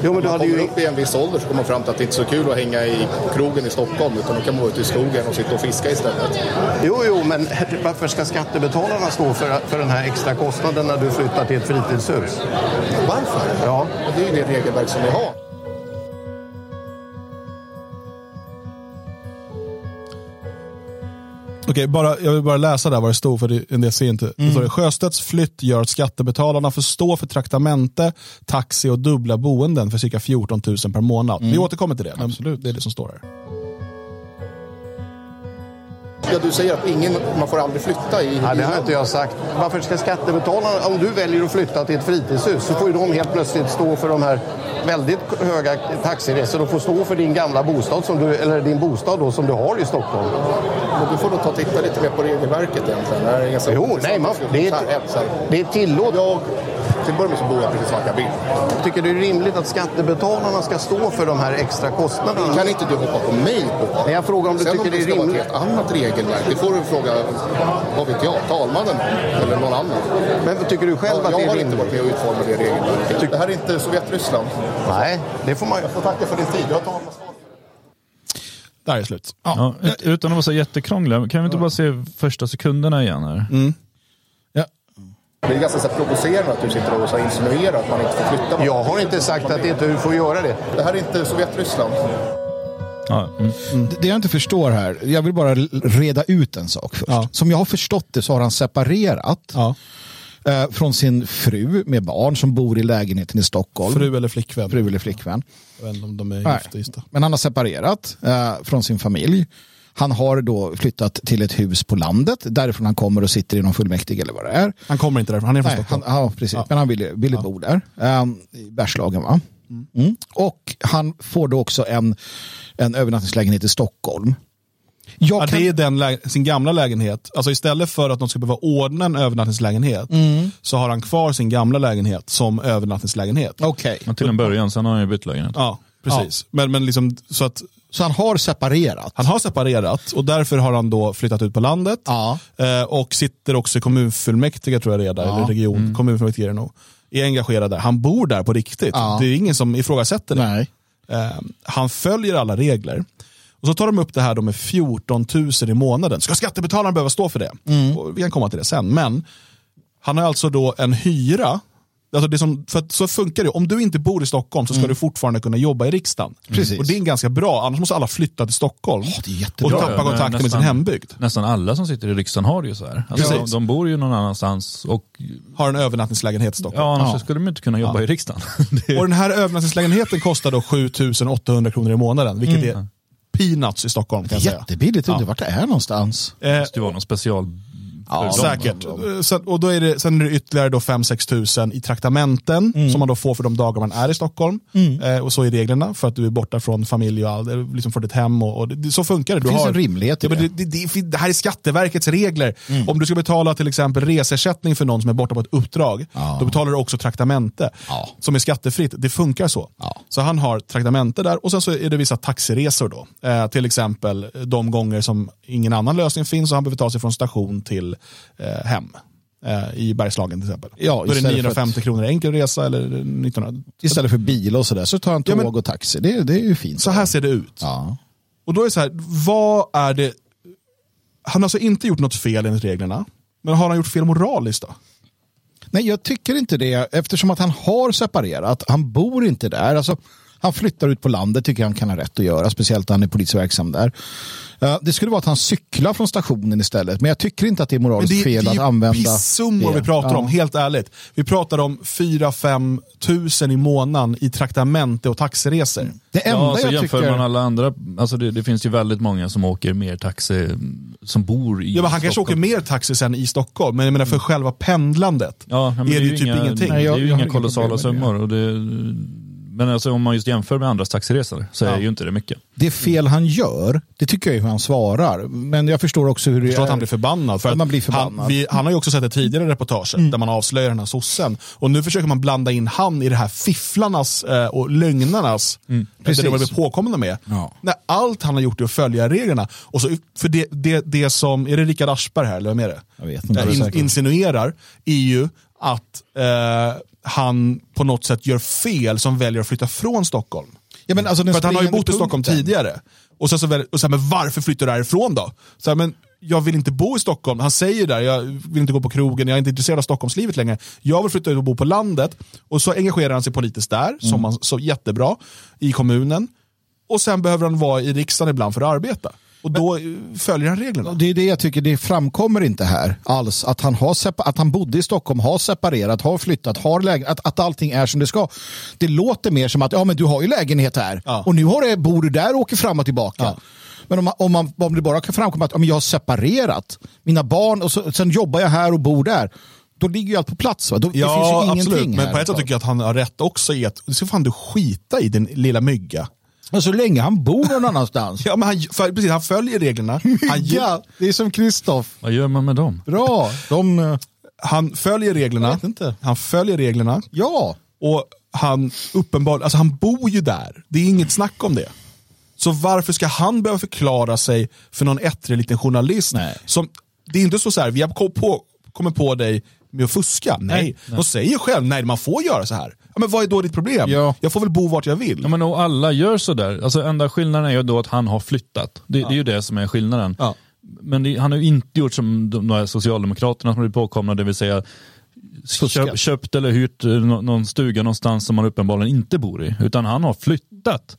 S8: Jo, men du hade kommer upp i en viss ålder så kommer man fram till att det inte är så kul att hänga i krogen i Stockholm utan då kan man vara ute i skogen och sitta och fiska istället.
S9: Jo, jo, men varför ska skattebetalarna stå för, för den här extra kostnaden när du flyttar till ett fritidshus?
S8: Varför?
S9: Ja.
S8: Det är ju det regelverk som vi har.
S1: Okej, bara, jag vill bara läsa där vad det stod, för det, en del ser inte. Mm. Det Sjöstedts flytt gör att skattebetalarna får stå för traktamente, taxi och dubbla boenden för cirka 14 000 per månad.
S2: Mm.
S1: Vi återkommer till det, men det är det som står här.
S8: Ja, du säger att ingen, man får aldrig flytta i...
S9: Nej,
S8: i
S9: det har
S8: land.
S9: inte jag sagt. Varför ska skattebetalarna, om du väljer att flytta till ett fritidshus så får ju de helt plötsligt stå för de här väldigt höga taxiresorna och får stå för din gamla bostad, som du, eller din bostad då, som du har i Stockholm.
S8: Men du får nog ta och titta lite mer på regelverket egentligen. Det här är ganska
S9: Jo, nej, man, det, är, det är tillåt.
S8: Jag, till att börja med så bor jag precis Vackaby.
S9: Tycker det är rimligt att skattebetalarna ska stå för de här extra kostnaderna?
S8: kan inte du hoppa på mig på.
S9: Nej, jag frågar om du
S8: Sen
S9: tycker
S8: om det
S9: det
S8: ska
S9: är
S8: vara ett
S9: rimligt.
S8: helt annat regelverk, det får du fråga, vad vet jag, talmannen om, eller någon annan.
S9: Men tycker du själv att
S8: jag
S9: det är
S8: har inte
S9: rimligt?
S8: varit med och utformat det regelverket. Det här är inte Sovjetryssland.
S9: Nej, det får man ju.
S8: Jag får tacka för din tid. Jag tar en massa-
S1: Där är slut.
S3: Ja, ut- utan att vara så jättekrångliga, kan vi inte bara se första sekunderna igen här?
S1: Mm.
S8: Det är ganska så här provocerande att du sitter och så här insinuerar att man inte får flytta. på-
S9: Jag har inte sagt att inte du får göra det.
S8: Det här är inte Sovjetryssland.
S3: Ja, mm.
S2: Det- Det jag inte förstår här, jag vill bara l- reda ut en sak först.
S1: Ja.
S2: Som jag har förstått det så har han separerat
S1: Ja.
S2: eh, från sin fru med barn som bor i lägenheten i Stockholm.
S1: Fru eller flickvän.
S2: fru eller flickvän.
S1: Jag vet inte om de är
S2: Nej.
S1: gifta. Just det.
S2: Men han har separerat eh, från sin familj. Han har då flyttat till ett hus på landet, därifrån han kommer och sitter i någon fullmäktige eller vad det är.
S1: Han kommer inte därifrån, han är från
S2: Nej, han,
S1: Stockholm.
S2: ja, precis.
S1: Ja.
S2: Men han ville, ville bo där. Ehm, I Bergslagen, va? Mm. Och han får då också en, en övernattningslägenhet i Stockholm. Jag
S1: Ja,
S2: kan-
S1: det är den lä- sin gamla lägenhet. Alltså istället för att de ska behöva ordna en övernattningslägenhet
S2: Mm.
S1: så har han kvar sin gamla lägenhet som övernattningslägenhet.
S2: Okej,
S3: Men till en början, sen har han ju bytt lägenhet.
S1: Ja, precis. Men, men liksom, så att
S2: så han har separerat.
S1: han har separerat och därför har han då flyttat ut på landet.
S2: Ja.
S1: Eh, och sitter också i kommunfullmäktige tror jag det är där, eller region,
S2: Mm.
S1: kommunfullmäktige är det nog. Är engagerad där. Han bor där på riktigt.
S2: Ja.
S1: Det är ingen som ifrågasätter det.
S2: Nej.
S1: Eh, han följer alla regler. Och så tar de upp det här då med 14 000 i månaden. Ska skattebetalarna behöva stå för det?
S2: Mm.
S1: Och vi kan komma till det sen. Men han har alltså då en hyra. Alltså det som, för att så funkar det. Om du inte bor i Stockholm så ska du fortfarande kunna jobba i riksdagen.
S2: Mm. Precis.
S1: Och det är ganska bra, annars måste alla flytta till Stockholm.
S2: det är jättebra.
S1: och
S3: Ja,
S1: tappa
S3: men
S1: kontakten med sin
S3: Eh, nästan-
S1: hembygd.
S3: Nästan alla som sitter i riksdagen har det ju så här. Alltså, de,
S1: Precis.
S3: de bor ju någon annanstans och
S1: Har en övernattningslägenhet i Stockholm.
S3: ja, annars skulle de ju inte kunna jobba i riksdagen. *laughs* Det är-
S1: Och den här övernattningslägenheten kostar då 7 800 kronor i månaden, vilket
S2: Mm.
S1: är peanuts i Stockholm kan jag säga.
S2: Jättebilligt, undrar vart det är någonstans.
S1: Eh,
S3: måste ju vara någon special... för dem.
S1: Säkert. Eh, Sen, och då är det, sen är det ytterligare då 5-6 tusen i traktamenten
S2: Mm.
S1: som man då får för de dagar man är i Stockholm. Eh, och så är reglerna för att du är borta från familj och all, eh, liksom från ditt hem. Och, och det, så funkar det. Du
S2: Det finns
S1: har,
S2: en rimlighet i
S1: ja, men
S2: det. Mm.
S1: det, det, det, det här är Skatteverkets regler. Om du ska betala till exempel resersättning för någon som är borta på ett uppdrag, då betalar du också traktamente
S2: Ja.
S1: som är skattefritt. Det funkar så.
S2: Ja.
S1: Så han har traktamente där och sen så är det vissa taxiresor då. Eh, till exempel de gånger som ingen annan lösning finns och han behöver ta sig från station till eh, hem. Eh, I Bergslagen till exempel.
S2: Ja,
S1: då är det
S2: istället för
S1: 950 kronor enkel resa eller 1900.
S2: Istället för bil och sådär så tar han
S1: Ja,
S2: tåg
S1: men-
S2: och taxi. Det, det är ju fint.
S1: Så här ser det ut.
S2: Ja.
S1: Och då är det så här, vad är det... Han har alltså inte gjort något fel enligt reglerna. Men har han gjort fel moraliskt då?
S2: Nej, jag tycker inte det eftersom att han har separerat. Han bor inte där. Alltså, han flyttar ut på landet tycker jag han kan ha rätt att göra, speciellt när han är polisverksam där. Eh, Det skulle vara att han cyklar från stationen istället, men jag tycker inte att det är moraliskt fel
S1: det är
S2: att
S1: ju
S2: använda
S1: pissummor
S2: det.
S1: vi pratar
S2: Ja.
S1: om, helt ärligt. Vi pratar om 4-5 tusen i månaden i traktamente och taxiresor.
S2: Det enda
S3: Ja, så
S2: jag
S3: jämför
S2: tycker...
S3: man alla andra, alltså det, det finns ju väldigt många som åker mer taxi, som bor i
S1: Ja, men han kanske åker
S3: Stockholm.
S1: mer taxi sen i Stockholm, men jag menar för själva pendlandet
S3: Ja, men
S1: är det ju typ
S3: inga,
S1: ingenting.
S3: Nej, det är
S2: Mm. Jag-
S3: ju
S2: jag har
S3: inga
S2: inga problem
S3: kolossala
S2: med det.
S3: summor. Och det, Men alltså, om man just jämför med andras taxiresor så är ju inte det mycket.
S2: Det fel han gör, det tycker jag är hur han svarar. Men jag förstår också hur det
S1: förstår
S2: är.
S1: att han blir förbannad. För
S2: Att
S1: att
S2: man blir förbannad. Mm.
S1: Han, vi, han har ju också sett ett tidigare reportage där man avslöjar den här sossen. Och nu försöker man blanda in han i det här fifflarnas eh, och lögnarnas,
S2: Mm. Precis.
S1: det de blir påkomna med.
S2: Ja.
S1: När allt han har gjort är att följa reglerna. Och så, för det, det, det som, är det Rickard Aschberg här, eller vem är det?
S2: Jag vet inte.
S1: Eh,
S2: Det är
S1: in,
S2: säkert.
S1: insinuerar är ju att eh, han på något sätt gör fel som väljer att flytta från Stockholm.
S2: Ja, men alltså den
S1: För att han har ju
S2: springande
S1: bott i Stockholm
S2: punkten.
S1: tidigare. Och sen så, väl, och sen, men varför flyttar du därifrån då? Så här, men jag vill inte bo i Stockholm. Han säger där, jag vill inte gå på krogen, jag är inte intresserad av Stockholmslivet längre. Jag vill flytta ut och bo på landet. Och så engagerar han sig politiskt där,
S2: Mm.
S1: som han, så jättebra, i kommunen. Och sen behöver han vara i riksdagen ibland för att arbeta. Och då eh, följer han reglerna.
S2: Och Det är det jag tycker, det framkommer inte här alls. Att han, har sepa- att han bodde i Stockholm, har separerat, har flyttat, har lägenhet, att, att allting är som det ska. Det låter mer som att ja, men du har ju lägenhet här
S1: Ja.
S2: och nu har det, bor du där och åker fram och tillbaka.
S1: Ja.
S2: Men om, man, om, man, om det bara kan framkomma att ja, men jag har separerat mina barn och så, sen jobbar jag här och bor där. Då ligger ju allt på plats. Va? Då, det finns ju ingenting
S1: absolut. Men
S2: här. liksom.
S1: på ett sätt tycker jag att han har rätt också i att, det ska fan du skita i din lilla mygga.
S2: Men så länge han bor
S1: *laughs*
S2: någon annanstans.
S1: Ja, men han, för, precis, han följer reglerna. Han, gör-
S2: ja, det är som Kristoff.
S3: Vad gör man med dem?
S2: Bra. De, eh,
S1: han följer
S2: Jag
S1: reglerna.
S2: vet inte.
S1: Han följer reglerna.
S2: ja.
S1: Och han uppenbar, alltså han bor ju där. Det är inget snack om det. Så varför ska han behöva förklara sig för någon ettrig liten journalist?
S2: Nej.
S1: Som, det är inte så så här, vi har kom på, kommit på dig med att fuska. Nej. De säger själv, nej man får göra så här. Ja, men vad är då ditt problem?
S2: Ja.
S1: Jag får väl bo vart jag vill.
S3: Ja, men och alla gör sådär. Alltså, enda skillnaden är ju då att han har flyttat. Det, det är ju det som är skillnaden.
S1: Ja.
S3: Men det, han har ju inte gjort som de, de här socialdemokraterna som blir påkomna, det vill säga köp, köpt eller hyrt eh, nå- någon stuga någonstans som man uppenbarligen inte bor i. Utan han har flyttat.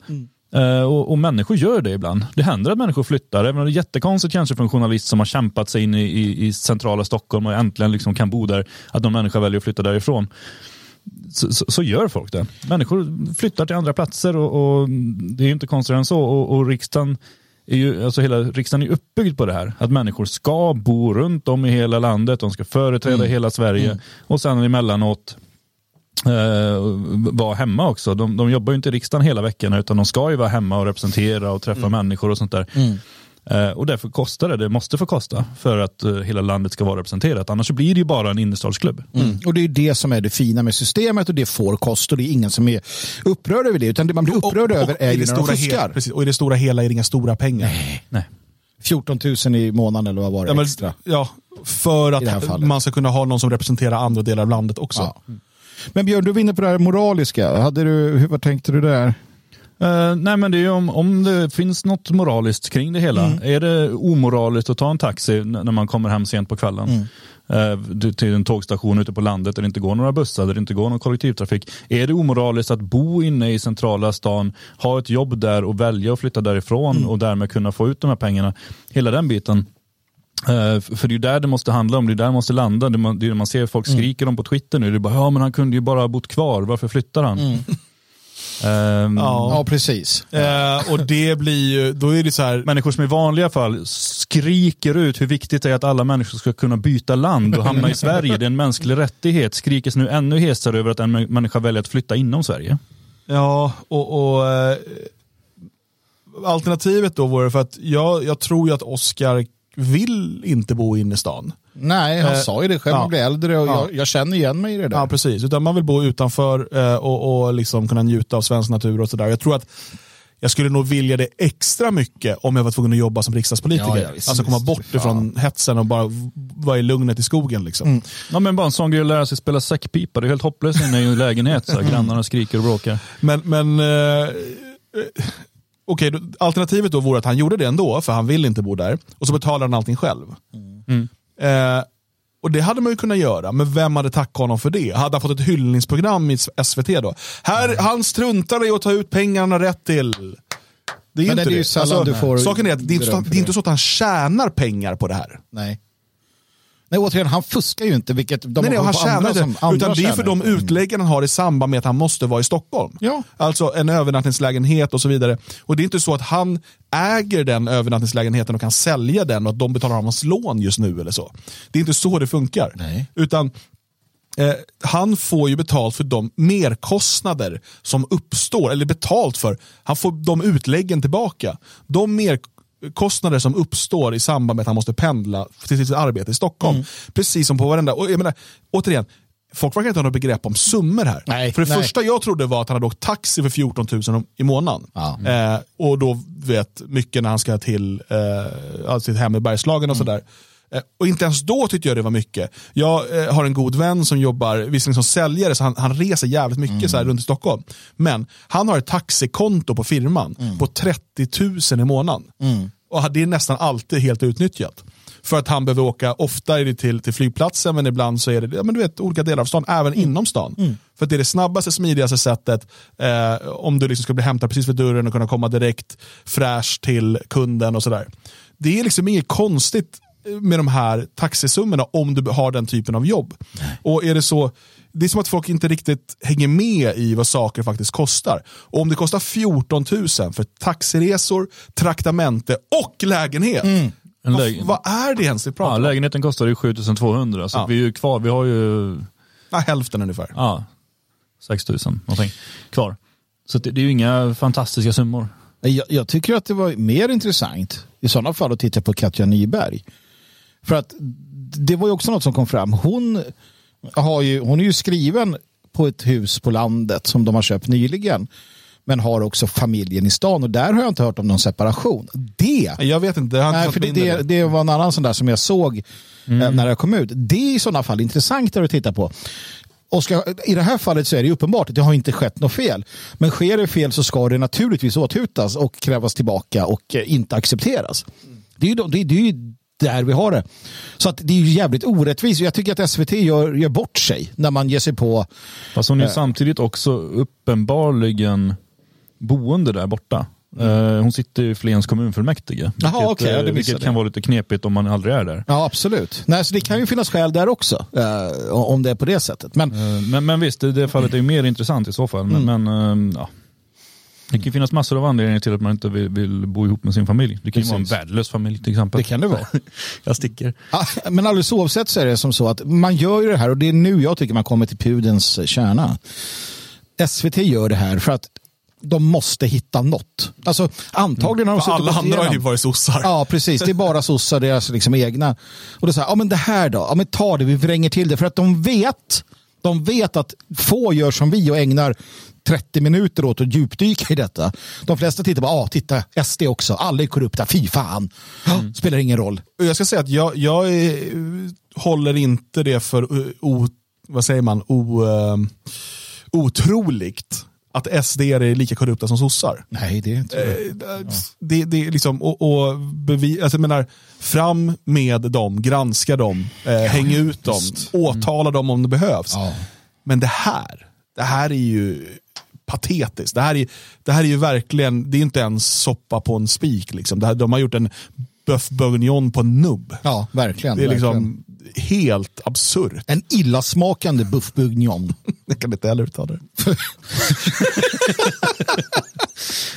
S3: Eh, och, och människor gör det ibland. Det händer att människor flyttar. Även om det är jättekonstigt kanske för en journalist som har kämpat sig in i, i, i centrala Stockholm och äntligen liksom kan bo där, att någon människa väljer att flytta därifrån så, så, så gör folk det. Människor flyttar till andra platser och, och det är ju inte konstigare än så. Och, och riksdagen är ju, alltså hela riksdagen är ju uppbyggd på det här. Att människor ska bo runt om i hela landet, de ska företräda hela Sverige och sen emellanåt eh, vara hemma också. De, de jobbar ju inte i riksdagen hela veckan utan de ska ju vara hemma och representera och träffa människor och sånt där. Eh, Och därför kostar det, det måste få kosta för att eh, hela landet ska vara representerat. Annars så blir det ju bara en innerstadsklubb.
S2: Och det är det som är det fina med systemet och det får kost och det är ingen som är upprörd över det. Utan det man blir upprörd över är
S1: i
S2: ju
S1: det
S2: när de
S1: stora hela,
S2: fuskar.
S1: precis, och i det stora hela är det inga stora pengar.
S2: 14 000 i månaden eller vad var det
S1: Ja, men,
S2: extra.
S1: ja, för
S2: I det här
S1: att
S2: fallet.
S1: man ska kunna ha någon som representerar andra delar av landet också. Mm.
S2: Ja. Men Björn, du var inne på det här moraliska. Hade du, hur, vad tänkte du där?
S3: Eh, nej men det är ju om, om det finns något moraliskt kring det hela. Är det omoraliskt att ta en taxi n- när man kommer hem sent på kvällen? Eh, du- till en tågstation ute på landet där det inte går några bussar, där det inte går någon kollektivtrafik. Är det omoraliskt att bo inne i centrala stan, ha ett jobb där och välja att flytta därifrån och därmed kunna få ut de här pengarna? Hela den biten. Eh, f- För det är ju där det måste handla om, det är där det måste landa. Det man- det är när man ser folk skriker om på Twitter nu, det är bara ja men han kunde ju bara ha bott kvar, varför flyttar han? Ehm,
S1: Ja.
S2: Ja, precis.
S1: Eh, och det blir ju, då är det så här,
S3: människor som i vanliga fall skriker ut hur viktigt det är att alla människor ska kunna byta land och hamna i Sverige. Det är en mänsklig rättighet. Skrikes nu ännu hesare över att en män- människa väljer att flytta inom Sverige.
S1: Ja, och, och eh, alternativet då vore för att jag, jag tror ju att Oscar vill inte bo inne i stan.
S2: Nej, han
S1: Eh,
S2: sa ju det själv.
S1: ja.
S2: Han blir äldre och
S1: Ja.
S2: jag, jag känner igen mig i det där.
S1: Ja, precis. Utan man vill bo utanför eh, och, och liksom kunna njuta av svensk natur och sådär. Jag tror att jag skulle nog vilja det extra mycket om jag var tvungen att jobba som riksdagspolitiker.
S2: Ja, ja, visst,
S1: alltså komma
S2: visst.
S1: bort ifrån hetsen och bara v- vara i lugnet i skogen. Liksom.
S2: Mm.
S3: Ja, men bara en sån grej att lära sig spela säckpipa. Det är helt hopplöst inne i en lägenhet. Så här, grannarna skriker och bråkar.
S1: Men, men eh, eh, okej, då- alternativet då vore att han gjorde det ändå, för han vill inte bo där. Och så betalar han allting själv.
S2: Mm.
S1: Eh, och det hade man ju kunnat göra, men vem hade tackat honom för det? Hade han fått ett hyllningsprogram i SVT då? Här,
S2: Mm.
S1: Han struntar i att ta ut pengarna han har rätt till. Det är ju
S2: Men
S1: inte
S2: det är
S1: det. Alltså,
S2: ju sällan du får
S1: saken är att det är, inte så,
S2: beröm
S1: det
S2: för
S1: är inte
S2: det.
S1: så att han tjänar pengar på det här.
S2: Nej. Nej, återigen, han fuskar ju inte. Vilket de
S1: nej, nej, och han
S2: har
S1: tjänar
S2: andra
S1: inte.
S2: som- andra
S1: utan det är för
S2: tjänar.
S1: de utläggen han har i samband med att han måste vara i Stockholm.
S2: Ja.
S1: Alltså en övernattningslägenhet och så vidare. Och det är inte så att han äger den övernattningslägenheten och kan sälja den och att de betalar av hans lån just nu eller så. Det är inte så det funkar.
S2: Nej.
S1: Utan Eh, han får ju betalt för de merkostnader som uppstår, eller betalt för. Han får de utläggen tillbaka. De merkostnader som uppstår i samband med att han måste pendla till sitt arbete i Stockholm.
S2: Mm.
S1: Precis som på varenda... Och jag menar, återigen, folk verkar inte ha något begrepp om summor här.
S2: Nej,
S1: för det
S2: nej.
S1: första jag trodde var att han hade åkt taxi för 14 000 om- i månaden.
S2: Ja.
S1: Eh, och då vet mycket när han ska till eh, alltså sitt hem i Bergslagen och sådär. Eh, och inte ens då tyckte jag det var mycket. Jag eh, har en god vän som jobbar, visserligen som säljare, så han, han reser jävligt mycket så här, runt i Stockholm. Men han har ett taxikonto på firman på 30 000 i månaden. Och det är nästan alltid helt utnyttjat. För att han behöver åka, ofta är det till, till flygplatsen, men ibland så är det ja, men du vet, olika delar av stan, även
S3: Mm.
S1: inom stan. För att det är det snabbaste, smidigaste sättet, eh, om du liksom ska bli hämtad precis vid dörren och kunna komma direkt fräsch till kunden och sådär. Det är liksom inget konstigt med de här taxisummorna om du har den typen av jobb. Och är det så, det är som att folk inte riktigt hänger med i vad saker faktiskt kostar. Och om det kostar 14 000 för taxiresor, traktamente och lägenhet.
S3: Mm. En
S1: Vad-
S3: lägen-
S1: Vad är det ens vi pratar
S3: Ja,
S1: om?
S3: lägenheten kostar ju 7200 så
S1: Ja.
S3: vi är ju kvar. Vi har ju
S1: Ja, hälften ungefär.
S3: ja, 6000 någonting kvar. Så det, det är ju inga fantastiska summor.
S2: Nej, Jag, jag tycker att det var mer intressant i sådana fall att titta på Katja Nyberg. För att det var ju också något som kom fram. Hon, har ju, hon är ju skriven på ett hus på landet som de har köpt nyligen. Men har också familjen i stan och där har jag inte hört om någon separation. Det
S1: Jag vet inte, jag har inte
S2: Nej,
S1: fått
S2: för det,
S1: in det.
S2: det, det var en annan sån där som jag såg eh, när jag kom ut. Det är i sådana fall intressantare att titta på. Och ska, I det här fallet så är det ju uppenbart att det har inte skett något fel. Men sker det fel så ska det naturligtvis åthutas och krävas tillbaka och eh, inte accepteras. Det är ju, de- det, det är ju där vi har det. Så att det är ju jävligt orättvist. Jag tycker att SVT gör, gör bort sig när man ger sig på...
S3: Fast hon är
S2: Eh.
S3: ju samtidigt också uppenbarligen boende där borta. Eh, Hon sitter i Flens kommunfullmäktige.
S2: Mm. Jaha, okej, ja, det
S3: eh,
S2: missade
S3: vilket
S2: jag.
S3: kan vara lite knepigt om man aldrig är där.
S2: Ja, absolut. Nej, så det kan ju finnas skäl där också. eh, om det är på det sättet. Men
S3: Eh, Men, men visst, det, det fallet är ju mer intressant i så fall. Men,
S2: Mm.
S3: men, eh, ja. Det kan ju finnas massor av anledningar till att man inte vill, vill bo ihop med sin familj. Det kan ju vara en
S2: Precis.
S3: värdelös familj till exempel.
S2: det kan det *laughs* vara.
S3: Jag sticker.
S2: Ja, Men alldeles oavsett så är det som så att man gör ju det här och det är nu jag tycker man kommer till pudens kärna. SVT gör det här för att de måste hitta något. Alltså antagligen har
S1: Mm.
S2: de
S1: För
S2: suttit
S1: alla
S2: och gått
S1: andra har ju
S2: igenom-
S1: varit sossar.
S2: Ja, precis. Det är bara sossar, deras liksom egna. Och då säger ja men det här då? Ja men ta det, vi vränger till det. För att de vet, de vet att få gör som vi och ägnar 30 minuter åt att djupdyka i detta. De flesta tittar bara, ja ah, titta, SD också, alla är korrupta, fy fan.
S1: Mm.
S2: Spelar ingen roll.
S1: Och Jag ska säga att jag, jag eh, håller inte det för eh, o, vad säger man, o, eh, otroligt att SD är lika korrupta som sossar.
S2: Nej, det är inte
S1: Eh, Det, det är liksom, och, och bevi, alltså jag menar, fram med dem, granska dem, eh, häng ut dem, åtala dem om det behövs.
S2: Ja.
S1: Men det här, det här är ju patetiskt. Det här är, det här är ju verkligen, det är inte ens soppa på en spik. Liksom. Det här, de har gjort en bœuf bourguignon på en nubb.
S2: Ja, verkligen.
S1: Det är
S2: verkligen.
S1: liksom helt absurt.
S2: En illasmakande buff bourguignon.
S1: *laughs* Jag kan inte heller uttala det.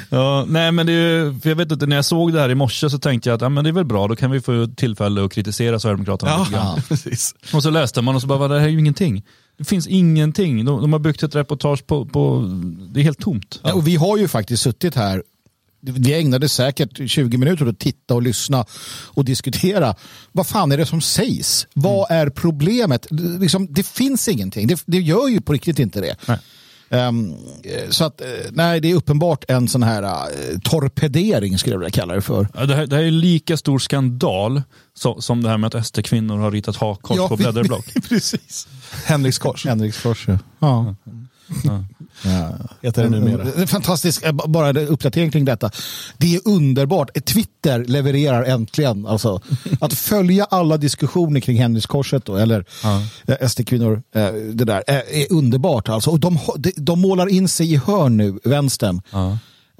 S3: Ja, nej, men det är, ju- för jag vet inte, när jag såg det här i morse så tänkte jag att ja, men det är väl bra, då kan vi få tillfälle att kritisera Sverigedemokraterna lite grann.
S1: Ja, precis.
S3: Och så läste man och så bara, "Va, det här är ju ingenting. Det finns ingenting. De, de har byggt ett reportage på, på det är helt tomt.
S2: Nej, Och vi har ju faktiskt suttit här, vi ägnade säkert 20 minuter åt att titta och lyssna och diskutera. Vad fan är det som sägs? Vad är problemet? Det- Liksom, det finns ingenting. Det, det gör ju på riktigt inte det.
S3: Nej.
S2: Ehm, eh, så att, eh, nej, det är uppenbart en sån här eh, torpedering skulle jag vilja kalla det för.
S3: Ja, Det här, det här är lika stor skandal så, som det här med att SD-kvinnor har ritat hakkors
S2: Ja,
S3: på
S2: vi-
S3: blädderblock.
S2: Precis.
S1: Henrikskors
S2: Henriksfors, ja. *laughs* ja.
S1: heter det numera.
S2: En Fantastisk, eh, b- bara en uppdatering kring detta. Det är underbart. Eh, Twitter levererar äntligen. Alltså,
S1: *laughs*
S2: att följa alla diskussioner kring Henrikskorset då, eller eh, SD-kvinnor, eh, det där, eh, är underbart. Alltså. Och de, har- de, de målar in sig i hörn nu, vänstern.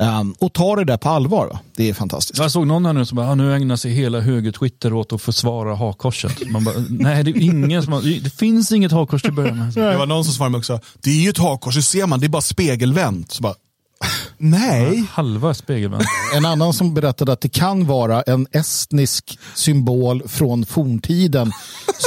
S2: Ehm, och tar det där på allvar. Va? Det är fantastiskt.
S3: Jag såg någon här nu som bara, "Ah, nu ägnar sig hela höger-Twitter åt att försvara hakkorset. Man bara, nej det är ingen som har, det finns inget hakkors till att börja med.
S1: Det var någon som svarade mig också, det är ju ett hakkors, hur ser man? Det är bara spegelvänt. Så bara, nej.
S3: Halva spegelvänd.
S2: En annan som berättade att det kan vara en
S1: *laughs*
S2: estnisk symbol från forntiden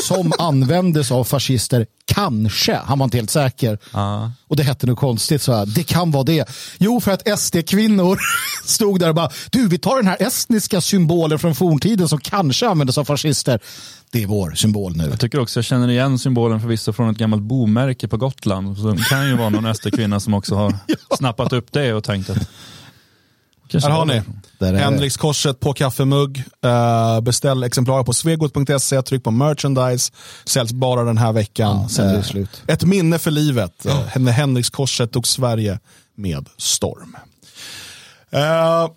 S2: som användes av fascister Kanske, han var inte helt säker.
S3: Ja.
S2: Och det hette nog konstigt, så här. det kan vara det. Jo, för att SD-kvinnor *laughs* stod där och bara, du vi tar den här estniska symbolen från forntiden som kanske användes av fascister. Det är vår symbol nu.
S3: Jag tycker också jag känner igen symbolen förvisso från ett gammalt bomärke på Gotland. Så det kan ju vara någon SD-kvinna som också
S2: *laughs*
S3: har snappat upp det och tänkt att... Kanske
S1: Här har
S3: var det.
S1: ni.
S2: Där är det.
S1: Henrikskorset på kaffemugg. Eh, beställ exemplar på svegot.se. E, Tryck på merchandise. Säljs bara den här veckan.
S2: Ja, sen är det
S1: Eh,
S2: slut.
S1: Ett minne för livet. Ja. När Henrikskorset tog Sverige med storm. Uh,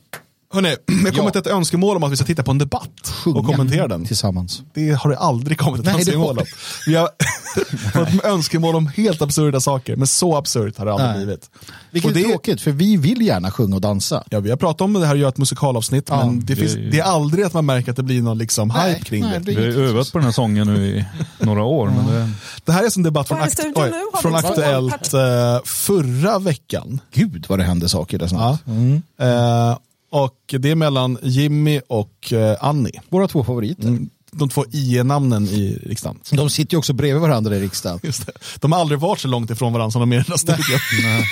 S1: hörni, det har kommit ett önskemål om att vi ska titta på en debatt och kommentera den.
S2: Tillsammans.
S1: Det har det aldrig kommit ett
S2: Nej, det
S1: önskemål
S2: har-
S1: om. Vi
S2: *laughs*
S1: har fått önskemål om helt absurda saker, men så absurt har det aldrig
S2: Nej.
S1: blivit.
S2: Vilket
S1: Och det-
S2: är tråkigt, för vi vill gärna sjunga och dansa.
S1: Ja, vi har pratat om det här och gör ett musikalavsnitt,
S2: Ja,
S1: men det,
S3: det-
S1: finns, det är aldrig att man märker att det blir någon liksom hype kring det.
S2: det
S3: Vi har ju övat på den här sången nu i några år. Men det...
S1: Det här är en sån debatt från,
S7: Vad är
S1: akt
S7: det som
S1: oj,
S7: nu har
S1: från
S7: blivit så
S1: Aktuellt eh, förra veckan.
S2: Gud vad det hände saker där snabbt.
S1: Eh, och det är mellan Jimmy och eh, Annie.
S2: Våra två favoriter.
S1: De två IE-namnen i riksdagen.
S2: De sitter ju också bredvid varandra i riksdagen.
S1: *laughs* Just det. De har aldrig varit så långt ifrån varandra som de är i den här
S2: *laughs*
S1: studion.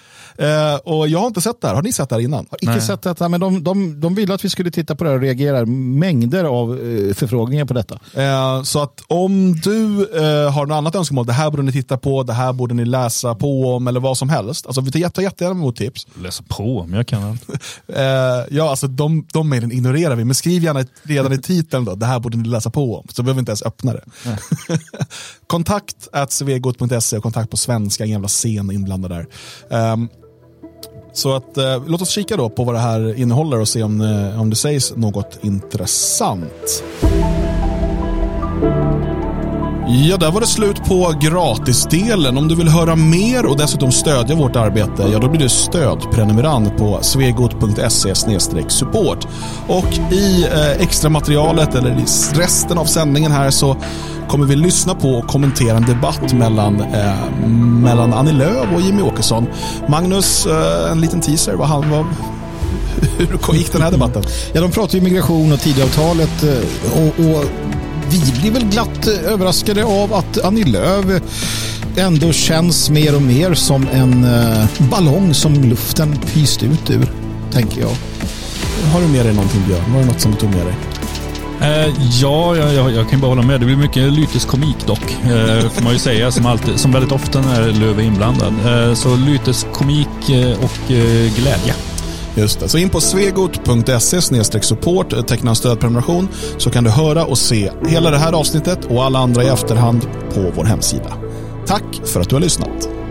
S1: *laughs* Eh, och jag har inte sett det här. Har ni sett det här innan?
S2: Har icke sett detta, men de, de, de ville att vi skulle titta på det här och reagerar mängder av eh, förfrågningar på detta.
S1: Eh, så att om du eh, har något annat önskemål, det här borde ni titta på, det här borde ni läsa på om eller vad som helst. Alltså vi tar jätte- jättegärna emot tips.
S3: Läsa på om jag kan. allt.
S1: Eh, ja, alltså de, de mejlen ignorerar vi, men skriv gärna redan i titeln då, det här borde ni läsa på om, så behöver vi inte ens öppna det. *laughs* kontakt at svegot.se och kontakt på svenska, en jävla scen inblandad där. Ehm, så att, eh, låt oss kika då på vad det här innehåller och se om, eh, om det sägs något intressant. Ja, där var det slut på gratisdelen. Om du vill höra mer och dessutom stödja vårt arbete, ja då blir du stödprenumerant på svegot.se support. Och i eh, extra materialet eller i resten av sändningen här så kommer vi lyssna på och kommentera en debatt mellan, eh, mellan Annie Lööf och Jimmy Åkesson. Magnus, eh, en liten teaser, vad han var... Hur gick den här debatten?
S2: Ja, de pratar ju migration och Tidöavtalet eh, och, och vi blir väl glatt eh, överraskade av att Annie Lööf ändå känns mer och mer som en eh, ballong som luften pyst ut ur, tänker jag.
S1: Har du med dig någonting Björn? Var det något som du tog med dig?
S3: Eh, ja, jag, jag, jag kan bara hålla med. Det blir mycket lyteskomik dock. Eh, får man ju säga som, alltid, som väldigt ofta när Löv är inblandad. Eh, så lyteskomik eh, och eh, glädje.
S1: Just det. Så in på svegot.se support, eh, teckna en stödprenumeration så kan du höra och se hela det här avsnittet och alla andra i efterhand på vår hemsida. Tack för att du har lyssnat.